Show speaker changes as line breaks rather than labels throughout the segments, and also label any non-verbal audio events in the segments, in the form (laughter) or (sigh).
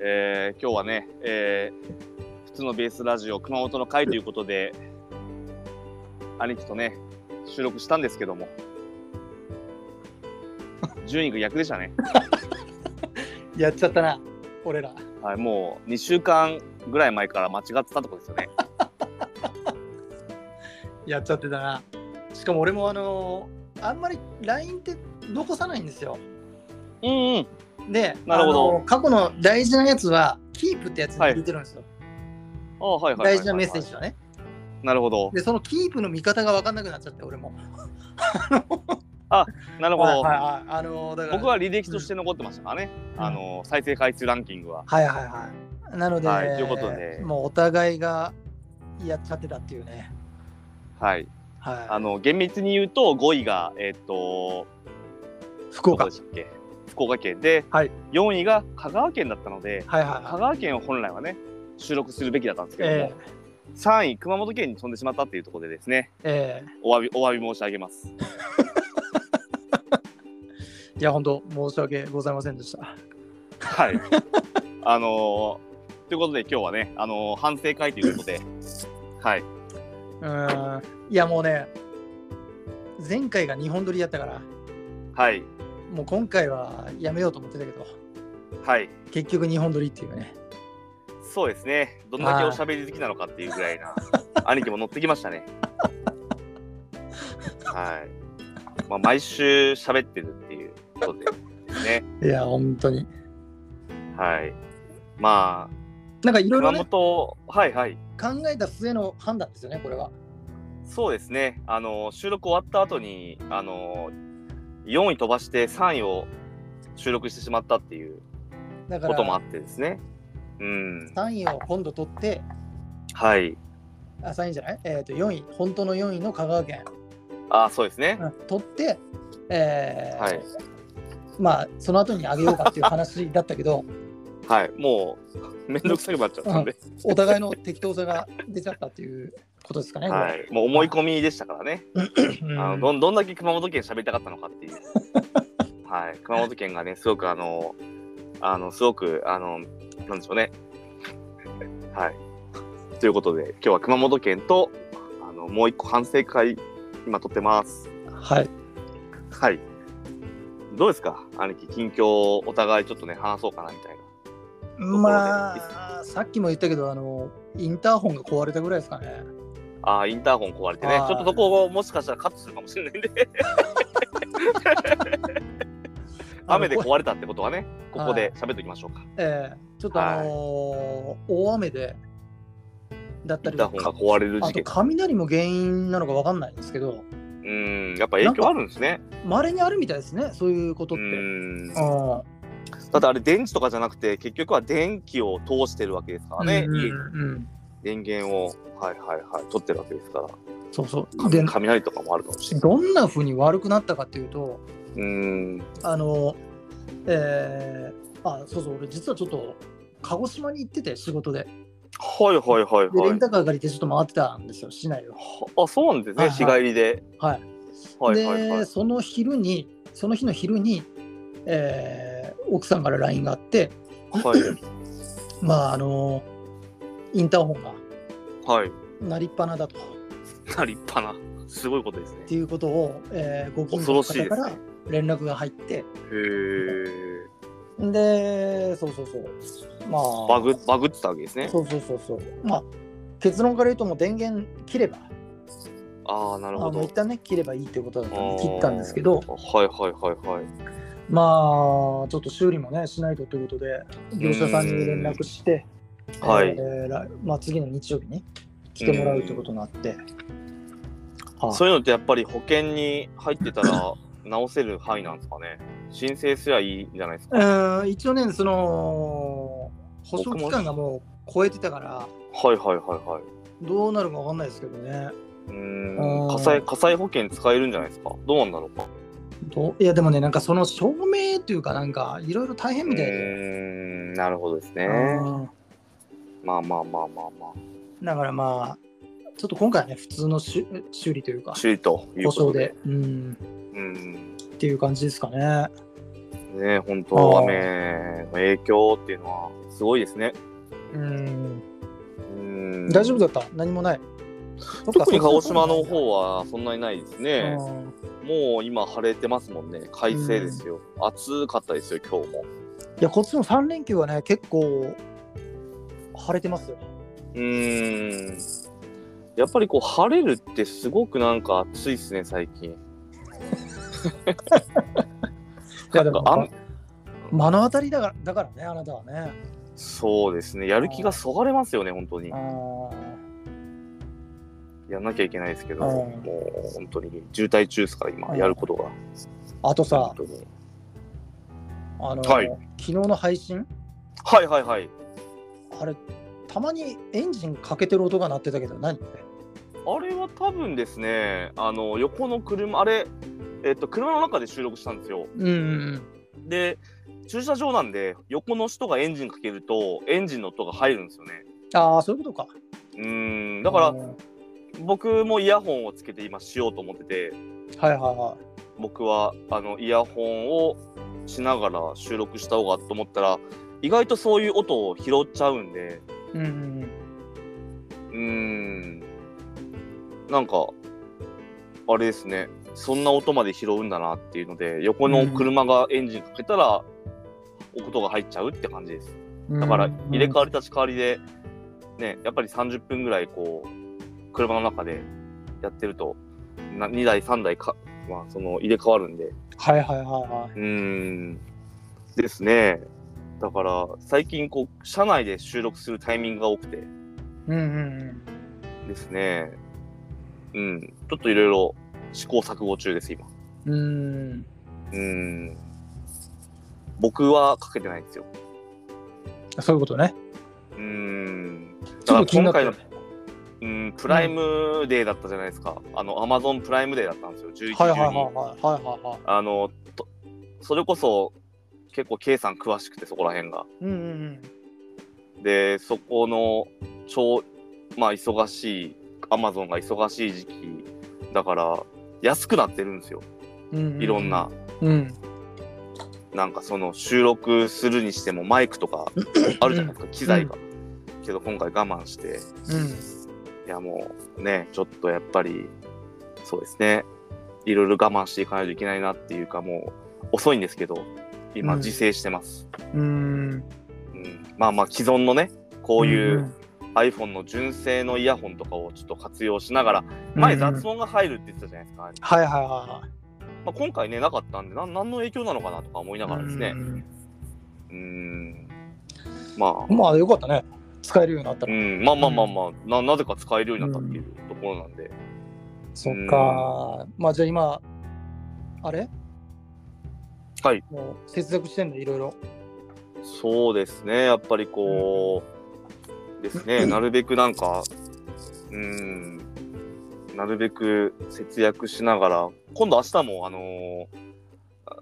えー今日はね、えー普通のベースラジオ熊本の会ということで、兄貴とね、収録したんですけども、順位が逆でしたね。
やっちゃったな、俺ら。
はい、もう2週間ぐらい前から間違ってたとこですよね。
やっちゃってたな。しかも俺もあのーあんまり LINE って残さないんですよ。
うんうん。
で、
なるほど
あのー過去の大事なやつは、キープってやつに入れてるんですよ。
ああはいはいはいはいはい
大事なメッセージ。はね。
なるほど。
で、そのキープの見方が分かんなくなっちゃって、俺も。
なるほ
はい
ど。
はいはい。あのーだから
僕は履歴として残ってましたからね、
うん
あの再生回数ランキングは。
はいはいはい。なので、
はいということで
もうお互いがやっちゃってたっていうね。
はい、
はい。
あの厳密に言うと5位が、えっと
福
どこ
岡
で。したっけ福岡県で、
はい
4位が香川県だったので
はいはい
香
はい。
川県を本来はね収録するべきだったんですけども、
え
3位熊本県に飛んでしまったっていうところでですね
ええ
お詫びお詫び申し上げ
(laughs)
ます。
えいや、本当申し訳ございませんでした。
はいあのーということで今日はね、あのー反省会ということで、はい、
うーんいやもうね前回が2本撮りやったから
はい、
もう今回はやめようと思ってたけど
はい、
結局2本撮りっていうね
そうですね、どんだけおしゃべり好きなのかっていうぐらい
(laughs)
な、兄貴も乗ってきましたね。はい。まあ、毎週喋ってるっていうことで、ね。
いや本当に
はい。まあ、
なんかいろいろ
熊
ね
本、はいはい。
考えた末の判断ですよねこれは
そうですね、あの、収録終わった後に、あの、4位飛ばして3位を収録してしまったっていう
だか
こともあ
ら
ってですね。うん。
3位を今度取って
はい。
あ3位じゃないえっ、と4位本当の4位の香川県、
あ、そうですね
う。ん取ってえー
はい
まあその後にあげようかっていう話だったけど
はい。もう、めんどくさくなっちゃったんで。
お互いの適当さが出ちゃったっていうことですかね、これ
はい、もう思い込みでしたからね、
うん
あのどんどんだけ熊本県喋りたかったのか (laughs) っていう、はい、熊本県がね、すごくあの、あのすごく、あのなんでしょうね。はい、ということで、今日は熊本県とあのもう一個反省会、今、撮ってます。
はい
はいどうですか、兄貴、近況をお互いちょっとね、話そうかなみたいな。
まあ、さっきも言ったけど、あの、インターホンが壊れたぐらいですかね。
ああ、インターホン壊れてね、ち
はい
ょっとそこをもしかしたらカットするかもし (laughs) れないんで、雨で
あのこ
壊れたってことはね、ここで喋っておきましょうか。
ええちょっとあのー大雨で、だった
イン
り、
ターホンが壊れる
あ
事
と
件。
雷も原因なのかわかんないんですけど、
うん、やっぱ影響あるんですね。
まれにあるみたいですね、そういうこと
う
って。うん
ん。だってあれ電池とかじゃなくて、結局は電気を通してるわけですからね。
うん
家に
うん
電源を、はいはいはい、取ってるわけですから。
そうそう。で
雷、雷とかもあるかもしれない。
どんな風に悪くなったかっていうと、
うん。
あの、ええあ、そうそう、俺実はちょっと、鹿児島に行ってて、仕事で。
はいはいはい
で、レ
は
ン
い。
タカー借りてちょっと回ってたんですよ、市内を。
あ、そうなんですね、
はい
日
は
帰りで。
はい。
はいはいはい
で。その昼にその日の昼に、えー奥さんから LINE があって
はい。
まああのインターホンが
はい。
鳴りっぱなだとっ
な立派な、すごいことですね。
ていうことを、えーご近所
恐ろし
の
いで
方か
す
ら
ね。
連絡が入って
へえ。
で,、そうそうそうまあ
バグ、バグってたわけですね。
そうそうそうそうまあ結論から言うともう電源切れば
ああ、なる
あ
ほ
の
ど
一。旦ね切ればいいってことだったんで
あー
切ったんですけど
はいはいはいはい。
まあちょっと修理もねしないとということで業者さんに連絡して
はい
えー来まあ、次の日曜日に来てもらうってことになって、はい
そういうのってやっぱり保険に入ってた (laughs) ら直せる範囲なんですかね。申請すりゃいいんじゃないですか。
うーん一応ねその保証
僕も
期間がもう超えてたから
はいはいはいはい。
どうなるかわかんないですけどね
うー
あ
ん
ー
火災火災保険使えるんじゃないですか。どうなんだろうか。
どういやでもねなんかその証明というかなんかいろいろ大変
う
みたいで、
ーんなるほどですね。
うん
まあまあまあまあま
だからまあちょっと今回はね普通の修修理というか
あ。修理というこ
保証
とで
で。うん
うん
っていう感じですかね
うね、本
あ
当、
ー
雨の影響っていうのはすごいですね。
うん、
うん
大丈夫だった何もない。
特に鹿児島の方はそんなにないですね。
うん
もう今晴れてますもんね。快晴ですよ。暑かったですよ、今日も。
いや、こっちの3連休はね、結構晴れてますよ。
うーん。やっぱりこう晴れるってすごくなんか暑いですね、最近。
まあ
なんかあん
目の当たりだからだからね、あなたはね。
そうですね。やる気がそがれますよね、本当に
あ。ー
やんなきゃいけないですけど、
うん
もう本当に渋滞中ですから、今、
うん
やることが。
あとさ
本、当に。
あの、
はい
昨日の配信、
はいはいはい。
あれ、たまにエンジンかけてる音が鳴ってたけど、何
あれは多分ですね、あの横の車、あれ、えっと、車の中で収録したんですよ。
うんうん
で、駐車場なんで、横の人がエンジンかけると、エンジンの音が入るんですよね。
ああ、そういうことか。
うーん、だから、
うん
僕もイヤホンをつけて今しようと思ってて
はいはいは
僕はあのイヤホンをしながら収録した方がと思ったら意外とそういう音を拾っちゃうんで
い。うんうん
う
うん
ーんなんかあれですねそんな音まで拾うんだなっていうので横の車がエンジンかけたら音が入っちゃうって感じですだから入れ替わり立ち替わりでねやっぱり30分ぐらいこう車の中でやってるとな2台3台か、まあ、その入れ替わるんで
はいはいはいは
うーんですねだから最近こう車内で収録するタイミングが多くて
い。うんうん
ですねうんちょっといろいろ試行錯誤中です今
うん。うん。
うーん僕はかけてないんですよ
そういうことね。
うーん
ちょっと気にな
だ
っ
か
た
ら
よ
今回
ね
のうん、プライムデーだったじゃないですか。あの、アマゾンプライムデーだったんですよ、11
はいはいはい
12
はいはいはいはい。
あのと、それこそ、結構、K さん詳しくて、そこら辺が。
うんうん
で、そこの、超、まあ、忙しい、アマゾンが忙しい時期、だから、安くなってるんですよ。
うんうんうん。
いろんな、
うん。
なんかその、収録するにしても、マイクと
(laughs)
か、あるじゃないですか、機材が。けど、今回我慢して、
うん。
いやもうね、ちょっとやっぱり、そうですね、いろいろ我慢していかないといけないなっていうか、もう遅いんですけど、今、
うん
自制してます、
うん。
うんまあまあ、既存のね、こうい
ん
う iPhone の純正のイヤホンとかをちょっと活用しながら、前、
うん
雑音が入るって言ってたじゃないですか、
はいはいは
まあ、今回ね、なかったんで、なん何の影響なのかなとか思い
い
なが
はい。
らですね、うん、ま
う
あ、
んまあよかったね。使えるようになった
う
ら。
ん、まあまあまあまあ、ななぜか使えるようになったっていうところなんで、
そっか。まあじゃあ今、あれ
はい。
もう節約してんのいろいろ。
そうですね、やっぱりこう、ですね、なるべくなんか、うん、なるべく節約しながら、今度明日も、あのーあー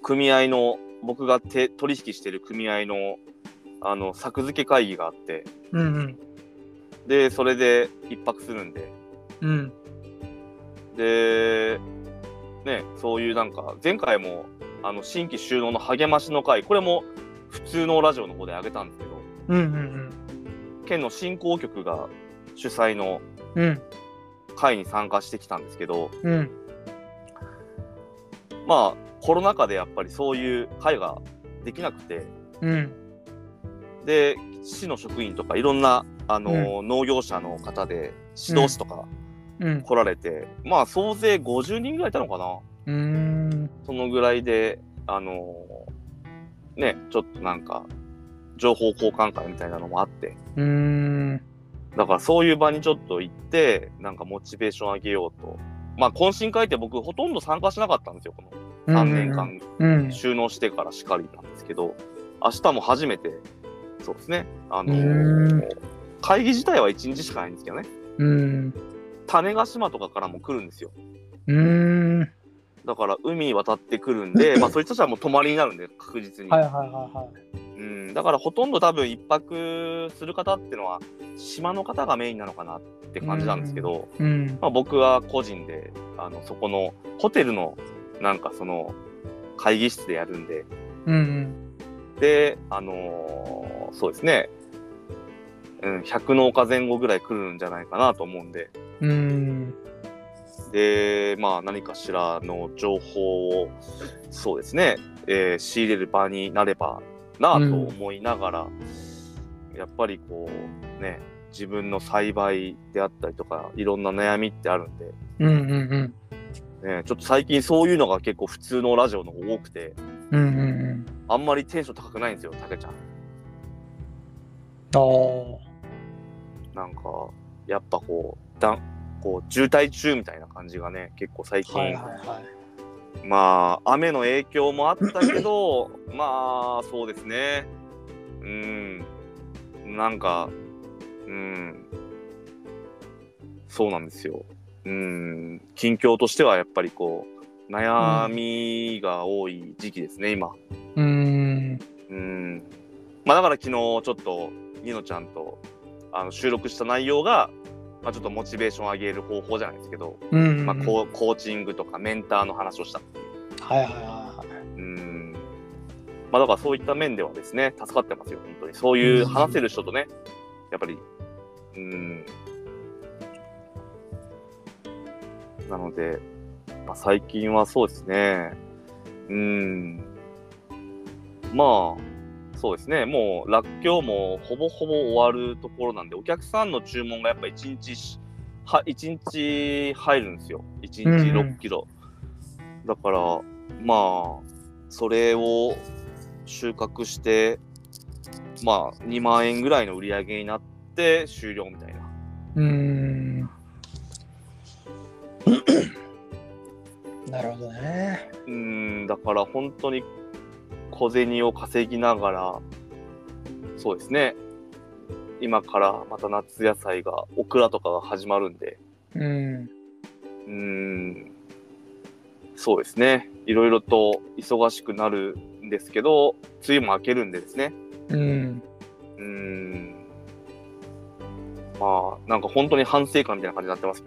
組合の、僕が手取引してる組合の、あの、作付け会議があって、
うんうん。
で、それで一泊するんで、
うん。
で、ね、そういうなんか、前回も、あの、新規収納の励ましの会、これも普通のラジオの方であげたんですけど、
うんうん
県の振興局が主催の
うん。うん
会に参加してきたんですけど、
うん。
まあ、コロナ禍でやっぱりそういう会ができなくて、
うん。
で、市の職員とかいろんな、あのー農業者の方で指導士とか
うん。
来られて、まあ、総勢50人ぐらいいたのかな。
うん。
そのぐらいで、あのーね、ちょっとなんか、情報交換会みたいなのもあって、
うん。
だからそういう場にちょっと行って、なんかモチベーション上げようと。まあ懇親会って僕ほとんど参加しなかったんですよ、この3年間
うん。
収納してからしっかりなんですけど、明日も初めて、そうですね、あの
うん
会議自体は1日しかないんですけどね、
うん。
種子島とかからも来るんですよ。
うん。
だから海渡ってくるん
(laughs)
で、まあそういう人たちはもう泊まりになるんで、確実に。
はいはいは
うん、だからほとんど多分一泊する方ってのは、島の方がメインなのかなって感じなんですけど、
いはい。うん。
まあ、僕は個人であのそこのホテルのなんかその会議室でやるんで、
うん
で、あのーそうですね、うん、100農家前後ぐらい来るんじゃないかなと思うんで、
うんうん
で、まあ、何かしらの情報を、そうですね、えー仕入れる場になればなあと思いながら、やっぱりこう、ね、自分の栽培であったりとか、いろんな悩みってあるんで、
うんうん
ね、ちょっと最近そういうのが結構普通のラジオの方が多くて、
うんうんうん
あんまりテンション高くないんですよ、たけちゃん。
あー
なんか、やっぱこう、だんこう渋滞中みたいな感じがね、結構最近、
はいはいはい
まあ、雨の影響もあったけど、 (laughs) まあ、そうですね。うん。なんか、うん。そうなんですよ。うん。近況としては、やっぱりこう、悩みが多い時期ですね、今。
うん
うん。まあ、だから昨日、ちょっと、ニノちゃんと、あの、収録した内容が、まあ、ちょっとモチベーションを上げる方法じゃないですけど、
うん
まあ、こうコーチングとかメンターの話をしたっていう。
はいはいはいは
うん。まあだからそういった面ではですね、助かってますよ、本当に。そういう話せる人とね、やっぱり、うん。なので、まあ、最近はそうですね、うん。まあ、そうですね、もう、らっきょうもほぼほぼ終わるところなんで、お客さんの注文がやっぱ一日し、は1日入るんですよ。1日6キロ。だから、まあ、それを収穫して、まあ、2万円ぐらいの売り上げになって終了みたいな。
いうんなるほどね
うーん、だから本当に小銭を稼ぎながら、そうですね。今からまた夏野菜が、オクラとかが始まるんで、
うん
うーん、そうですね。いろいろと忙しくなるんですけど、梅雨も明けるんでですね。
うん
うーん。まあ、なんか本当に反省感みたいな感じになってます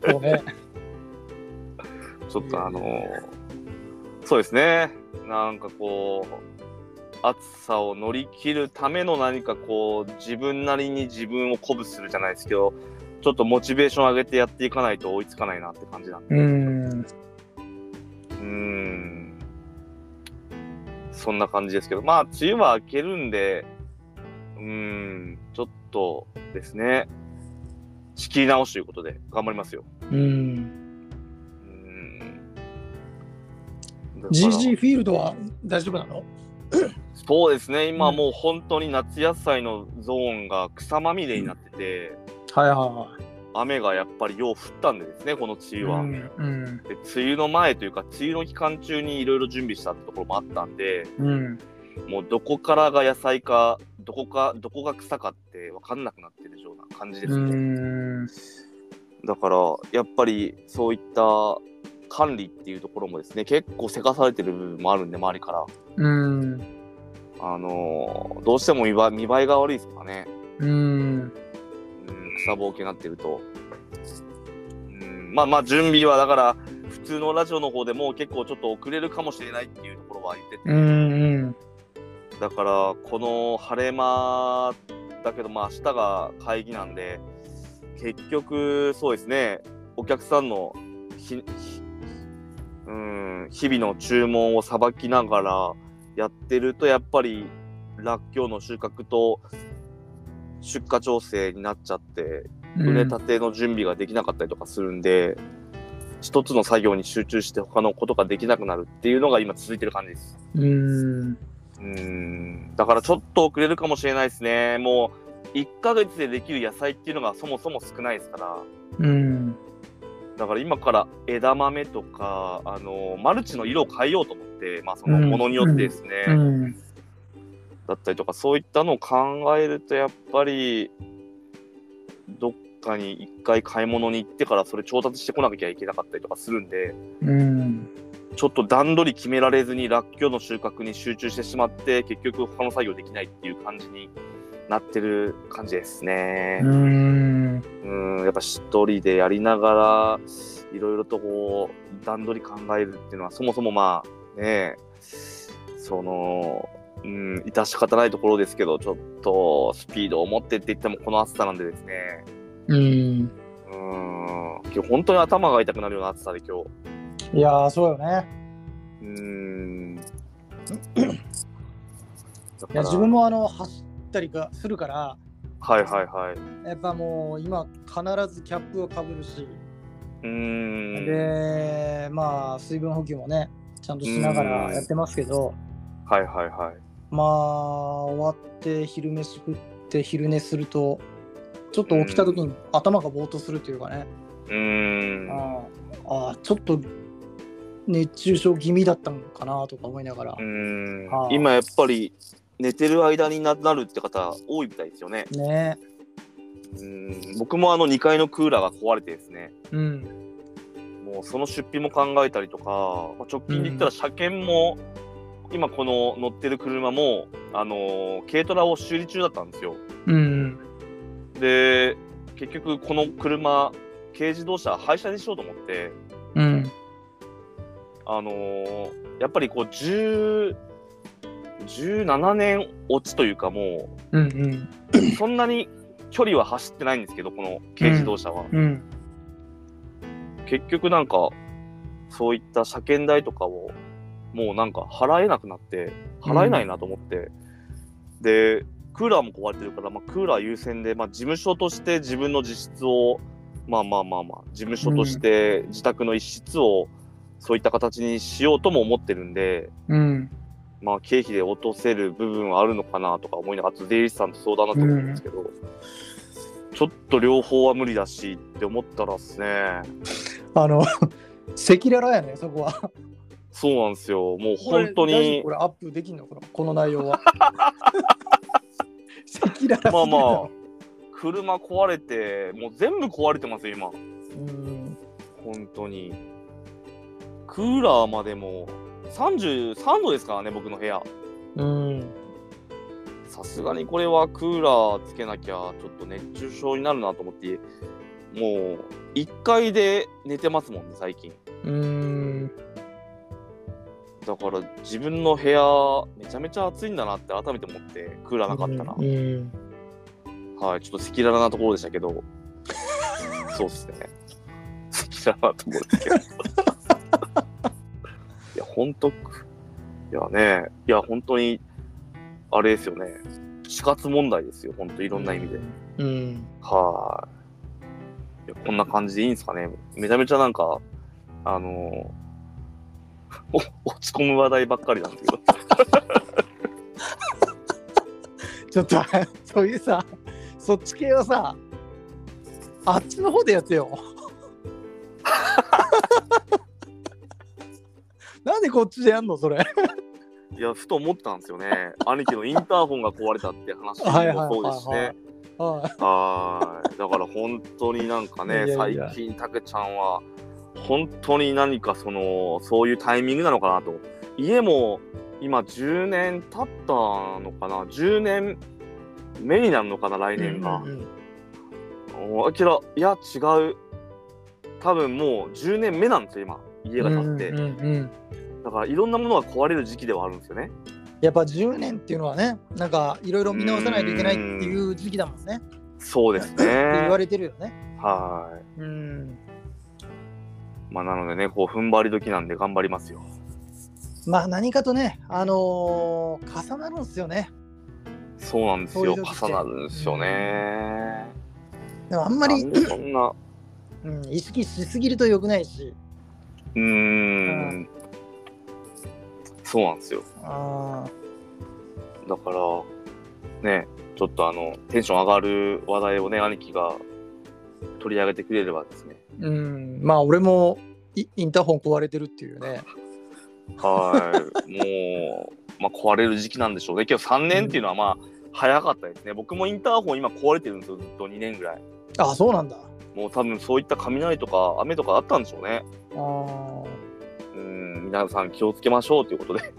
けど、
そうね
ちょっとあのそうですね。なんかこう、暑さを乗り切るための何かこう、自分なりに自分を鼓舞するじゃないですけど、ちょっとモチベーション上げてやっていかないと追いつかないなって感じなんで
うん
うーんそんな感じですけど、まあ、梅雨は明けるんで、うーん、ちょっとですね、仕切り直しということで、頑張りますよ。
う
うー
ん
ん。だから
GG フィールドは大丈夫なの
そうですね、今
うん
もう本当に夏野菜のゾーンが草まみれになってて、
はいはいは
雨がやっぱりよう降ったんでですね、この梅
い
雨は。
うんうん
で梅雨の前というか、梅雨の期間中にいろいろ準備したってところもあったんで、
うん
もうどこからが野菜か、どこか、どこが草かって分かんなくなってるような感じです
う
ね。
ん
だから、やっぱりそういった管理っていうところもですね、結構せかされてる部分もあるんで、周りから。
うん
あのーどうしても見ば見栄えが悪いですからね。
うん
うん、草ぼうけになってると。うん、まあまあ、準備はだから、普通のラジオの方でも結構ちょっと遅れるかもしれないっていうところは言ってて
うん
だからこの晴れ間だけどまあ明日が会議なんで結局そうですねお客さんのひひうん日々の注文をさばきながらやってるとやっぱりらっきょうの収穫と出荷調整になっちゃって
うん
売れたての準備ができなかったりとかするんで、一つの作業に集中して他のことができなくなるっていうのが今続いてる感じです。
うん
うーんだからちょっと遅れるかもしれないですね。もう1ヶ月でできる野菜っていうのがそもそも少ないですから。
うん
だから今から枝豆とか、あのマルチの色を変えようと思って、まあその
うん
ものによってですね、
うん
だったりとか、そういったのを考えると、やっぱり、どっかに一回買い物に行ってからそれ調達してこなきゃいけなかったりとかするんで、
うん
ちょっと段取り決められずに、らっきょうの収穫に集中してしまって、結局、他の作業できないっていう感じになってる感じですね
う。ん
うん、やっぱ一人でやりながら、いろいろとこう段取り考えるっていうのはそもそもまあねそのうん致し方ないところですけどちょっとスピードを持ってって言ってもこの暑さなんでですね
うん。
うーん今日本当に頭が痛くなるような暑さで今日
いやー、そうよね。
うーんだ
い
から
や自分もあの走ったりがするから、
はいはいはい
やっぱもう今、必ずキャップをかぶるし、
うーん
で、まあ、水分補給もね、ちゃんとしながらやってますけど、
はいはいはい
まあ、終わって昼飯食って昼寝すると、ちょっと起きた時に頭がぼーっとするというかね、
うーん
ああー、ちょっと熱中症気味だったのかなとか思いながら
う、ーん
あー
今やっぱり寝てる間にななるって方多いみたいですよね。
ね、
うーん僕もあの2階のクーラーが壊れてですね、
うん、
もうその出費も考えたりとか、まあ直近で言ったら車検も、今この乗ってる車も、あのー軽トラを修理中だったんですよ。
うん、
で、結局この車、軽自動車廃車にしようと思って、
うん、
あのーやっぱりこう10、17年落ちというかもう、
うん、うん、
そんなに距離は走ってないんですけど、この軽自動車は。
うん。
結局なんか、そういった車検代とかを、もうなんか払えなくなって、払えないなと思って。で、クーラーも壊れてるから、まあ、クーラー優先で、まあ、事務所として自分の自室を、まあまあまあまあ、事務所として自宅の一室を、そういった形にしようとも思ってるんで、
うん、
まあ、経費で落とせる部分はあるのかなとか思いながら、あと税理士さんと相談だと思うんですけど、ちょっと両方は無理だしって思ったらですね、
あの (laughs) 赤裸々やねそこは
そうなんですよ、もう (laughs) 本当に
こ、れ大丈夫これアップできんのこのこの内容
(laughs)
は赤裸々
まあまあ、車壊れて、もう全部壊れてますよ、今、
すぎるだろうん
本当に。クーラーまでも33度ですからね、僕の部屋。
うん
さすがにこれはクーラーつけなきゃちょっと熱中症になるなと思ってもう1階で寝てますもんね最近
うん
だから自分の部屋めちゃめちゃ暑いんだなって改めて思ってクーラーなかったな、
うん
はいちょっと赤裸々なところでしたけ
(laughs)
どそうっすね赤裸々なところですけど (laughs) いやほんといやねいや本当にあれですよね死活問題ですよ本当いろんな意味で。
うん
はいいや。こんな感じでいいんですかね。めちゃめちゃなんか、あのー (laughs) お落ち込む話題ばっかりなんですけど。
ちょっと (laughs) そういうさそっち系はさあっちの方でやっ
(laughs)
てよ (laughs) なんでこっちでやんのそれ
いや、ふと思ったんですよね。兄貴のインターホンが壊れたって話
はいはいはいはい
もそうですしね。
はい
はーい。だから本当になんかね、
いやいや
最近、たけちゃんは、本当に何かその、そういうタイミングなのかなと。家も今10年経ったのかな ?10 年目になるのかな来年が。
うんうん
おあきら、いや、違う。多分もう10年目なんですよ、今、家が建って。
うんうんうん
だから、いろんなものが壊れる時期ではあるんですよね。
やっぱ10年っていうのはね、なんかいろいろ見直さないといけないっていう時期だもんね。って
そうです
言わ
ね。
れてるよね。
は
うん。
い。まあ、なのでね、こう、踏ん張り時なんで頑張りますよ。
まあ何かとね、あのー重なるんですよね。
そうなんです
そうい
よ。
う時って
重なるんですよね。
でもあん
あ
まり
ん、でそんな、
うん、意識しすぎると良くないし、
うーん。そうなんですよ。
あ
だから、ね、ちょっとあの、テンション上がる話題をね、兄貴が取り上げてくれればですね。
ーうん、まあ俺もイインターホン壊れてるっていうね。
はい。もう、まあ、壊れる時期なんでしょうね。今日3年っていうのは、まあ、早かったですね。僕もインターホン今壊れてるんですよ、ずっと2年ぐらい。
あ、そうなんだ。
もう多分そういった雷とか雨とかあったんでしょうね。
あー
うん、皆さん気をつけましょうということで。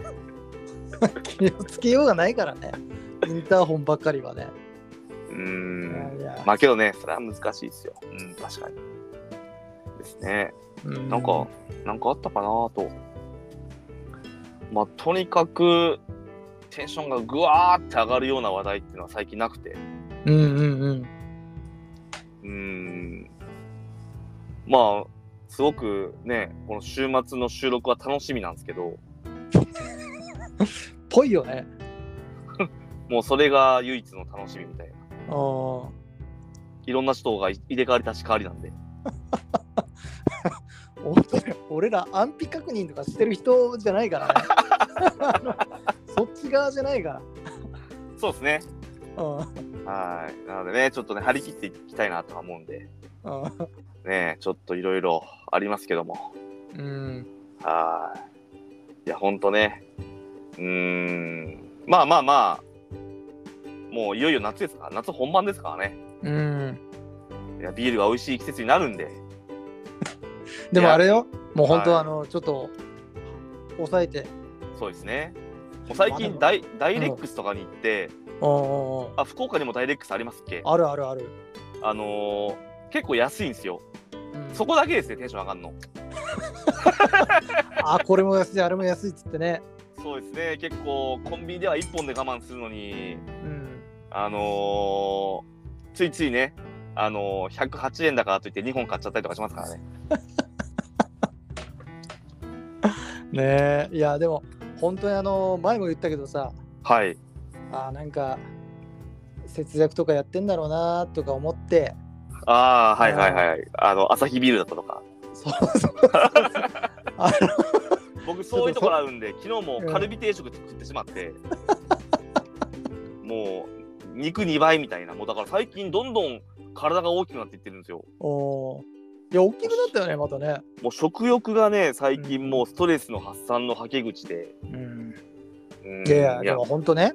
気をつけようがないからね。インターホンばっかりはね。
う
いや
ん。
いや
まあけどね、それは難しいですよ。うん、確かに。でですね。
うん
なんか、なんかあったかなと。まあ、とにかく、テンションがぐわーって上がるような話題っていうのは最近なくて。
うんうんうん
うーん。まあ、すごくね、この週末の収録は楽しみなんですけど、
ぽいよね
もうそれが唯一の楽しみみたいな。
あー
いろんな人がい入れ替わり立ち替わりなんで。
本当だよ俺ら安否確認とかしてる人じゃない (laughs) からねあのそっち側じゃないか
そうですね。
らうん
はい。なのでね、ちょっとね、張り切っていきたいなとは思うんで、
うん
ね、ちょっといろいろありますけども。
うん
はい。いや、ほんとね。うーん。まあまあまあ、もういよいよ夏ですから、夏本番ですからね。
うん
いや、ビールが美味しい季節になるんで。
でもあれよもう本当
はい
あの、ちょっと抑えて
そうですね。もう最
まあでも
近ダイ、ダイレックスとかに行って、
うんうんうん
あ、福岡にもダイレックスありますっけあ、
あるあるある、
のー結構安いんですよ。
うん
そこだけですね、テンション上がるの。
あこれも安いあれも安いっつってね
そうですね、結構コンビニでは1本で我慢するのに、
うん
あのーついついね、あのー、108円だからといって2本買っちゃったりとかしますからね。
ねえいやでも本当にあの前も言ったけどさ
はい。
あなんか節約とかやってんだろうなとか思って
ああ、はいはいはい。あの、朝日ビールだったとか。
そうそうそうあ
僕、そういうところあるんで、昨日もカルビ定食食ってしまって、もう、肉2倍みたいな、もうだから最近どんどん体が大きくなっていってるんですよ。
の (laughs) おーいや大きくなったよねまたね
もう食欲がね、最近もうストレスの発散のはけ口で。
うん
うん
いやいやでも本当ね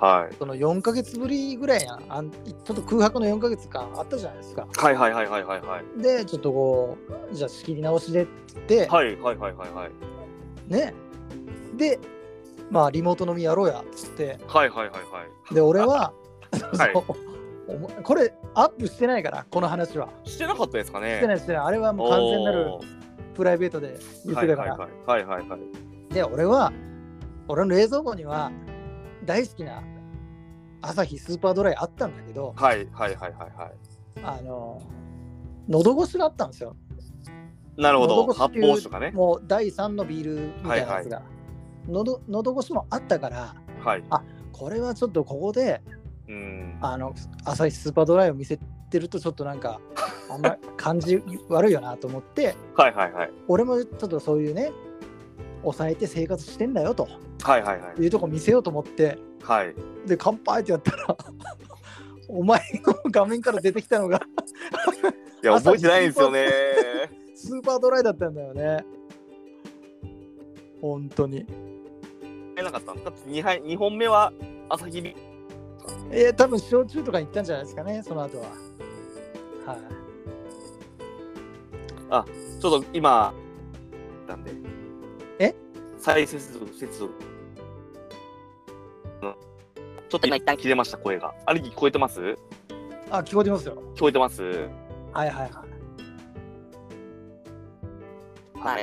はい。
その4ヶ月ぶりぐらいやんあんちょっと空白の4ヶ月間あったじゃないですか
はいはいはいはいはいはい。
でちょっとこうじゃあ仕切り直しでって、
はいはいはいはいはい。
ねでまあリモート飲みやろうやっつって
はいはいはいはい。
で俺は
はい
そう (laughs) お前これアップしてないからこの話は
してなかったですかね。
してないしてないあれはもう完全なる
おー
プライベートで言ってたから、
はいはいはいはいはいはい。
で俺は俺の冷蔵庫には大好きな朝日スーパードライあったんだけど
はいはいはいはいは
あの喉越しがあったんですよ
い。なるほ
喉
ど。
越しって
発
いう
泡酒とかね。
もう第3のビールみたいなやつが、喉喉越しもあったから
はい。
これはちょっとここで
うん。
あの朝日スーパードライを見せてるとちょっとなん (laughs) かあんまり感じ悪いよなと思って
はいはいはい。
俺もちょっとそういうね抑えて生活してんだよと
はいはいはい。
いうとこ見せようと思って
はい。
で乾杯ってやったら (laughs) お前の画面から出てきたのが
いや、覚えてないんですよね。
スーパードライだったんだよね本当に
えなかったんですか。二杯、二本目は朝日ビ。
えー、多分焼酎とかに行ったんじゃないですかねその後ははい、
ちょっと今。なんで。
え。
再接続、接続。うんちょっと今一旦切れました声が。兄貴聞こえてます聞
あ聞こえてますよ
こえてます
はいはいはい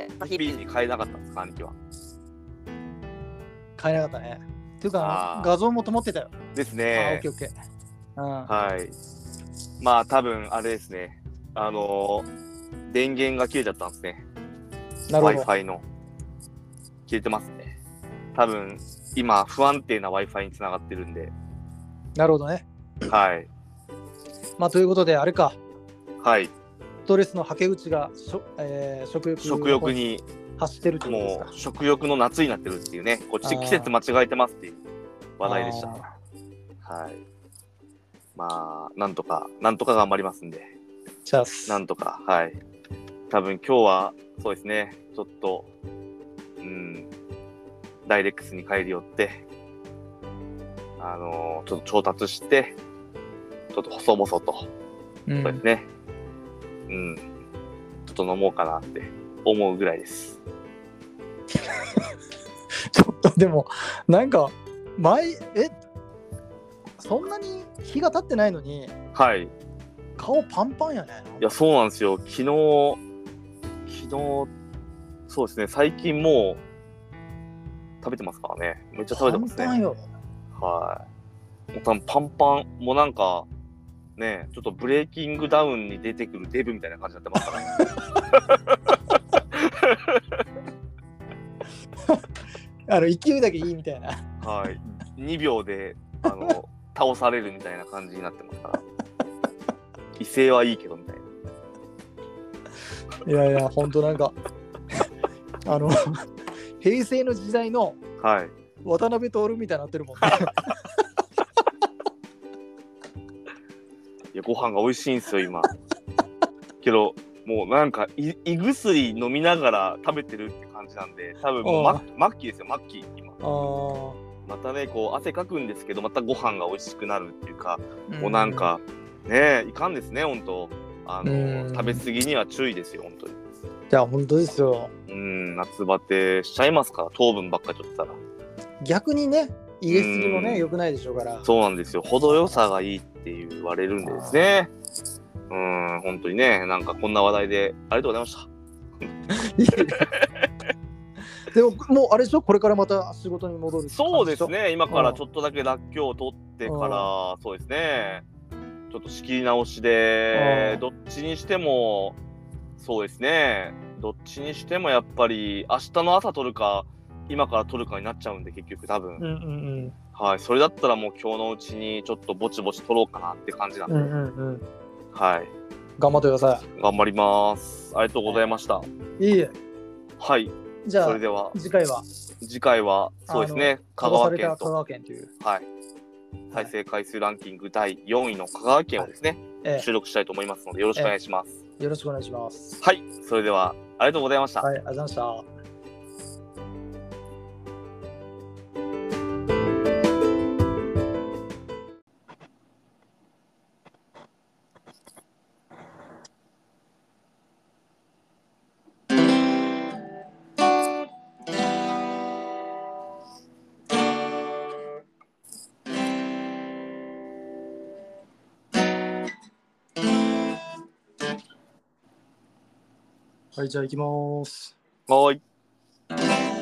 はい。朝日ビールに変えなかったんですか、兄貴は。
買えなかったねっていうか
あー
画像も灯ってたよ、
です
あオ
ね
ッケ。ーオッケー、うん
はい。まあ、多分あれですね。あのー電源が切れちゃったんですね。
なるほど
Wi-Fi の。切れてますね。多分今、不安定な Wi-Fi につながってるんで。
なるほどね
はい。
まあということであれか
はい。
ストレスのはけ口がしょ、えー食欲
食欲に、
走ってるということです
も
か
う、食欲の夏になってるっていうね。こっち
あー
季節間違えてますっていう話題でした。
あ
はい。まあ、なんとか、なんとか頑張りますんで。
ーじゃあす
なんとか、はい。多分今日は、そうですね、ちょっと、うん、ダイレックスに帰り寄って、あのーちょっと調達して、ちょっと細々と、そう
う
です
ん、
ね、うん、ちょっと飲もうかなって思うぐらいです。
ちょっとでもなんか前えそんなに日が経ってないのに
はい。い
顔パンパンやね
や、そうなんですよ。昨日、日、そうですね、最近もう食べてますからね。めっちゃ食べてます
簡単
ね。
よ。
はい。もう多分パンパン、もうなんか、ね、ちょっとブレイキングダウンに出てくるデブみたいな感じになってますからね。
あの勢いだけいいみたいな。
はい。2秒で、あの、倒されるみたいな感じになってますから。威勢はいいけどみたいな。
いやいや、本当なんか、あの、 (laughs) 平成の時代の
はい。
渡辺徹みたいになってるも
(laughs)
んね。
いや、ご飯が美味しいんですよ、今。けど、もうなんかい、胃薬飲みながら食べてるって感じなんで、多分もうマッマッキーですよ、マッキー、今。
あー
またね、こう、汗かくんですけど、またご飯が美味しくなるっていうか、
う
もうなんか、ねえ、いかんですね、ほんと。あ
う
の、
ん
食べ過ぎには注意ですよ、ほんとに。
いや本当ですよ
うん、夏バテしちゃいますから、糖分ばっかり取ってたら。
逆にね入れすぎも
うん
ね良くないでしょうから
そうなんですよ。程よさがいいって言われるんでですね。うん、本当にね、なんかこんな話題でありがとうございました。
(laughs) でももうあれでしょこれからまた仕事に戻る
そうですね、今から
うん
ちょっとだけらっきょうを取ってから、そうですね、ちょっと仕切り直しで
う、ん
どっちにしても、そうですね、どっちにしてもやっぱり、明日の朝取るか、今から取るかになっちゃうんで、結局、多分、
うんうん
はい、それだったらもう今日のうちに、ちょっとぼちぼち取ろうかなって感じなん
うん
で、
うんうんうん
はい、
頑張ってくださ
頑張ります。ありがとうございました。
いいいえ
はい、
じゃ
そ
あ
れでは
次回は
次回はそうですね香
飛ばさ
川
れた
県
香
と、
川県という
はい、再生回数ランキング第4位の香川県をですね、
え
収録したいと思いますのでよろしくお願いします、
えよろしくお願いします
はいそれではありがとうございました、
はいありがとうございましたはいじゃあ行きます
はーい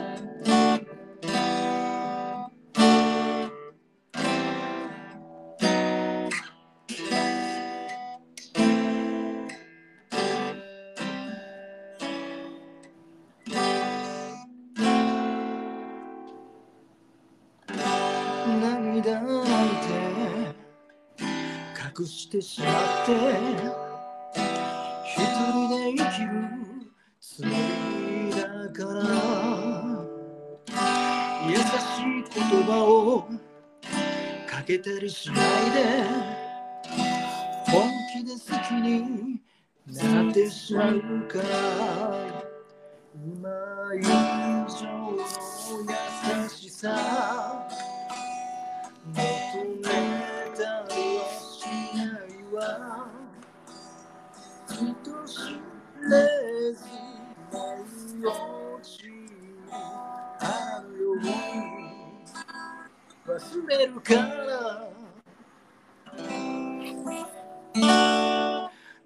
涙なんて隠してしまって一人で生きるつもりだから優しい言葉をかけたりしないで本気で好きになってしまうから今以上の優しさ求めたりはしないわ人知れず舞い落ちるあのように忘れるから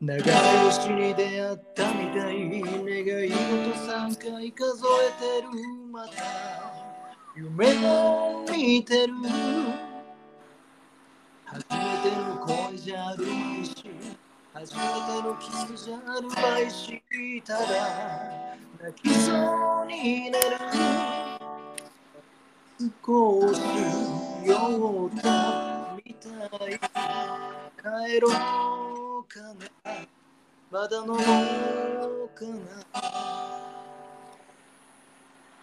長い星に出会ったみたい願い事3回数えてるまた夢も見てる初めての恋じゃあるまいし初めてのキスじゃあるまいしただ泣きそうになる少し酔ったみたい帰ろうかなまだ飲もうかな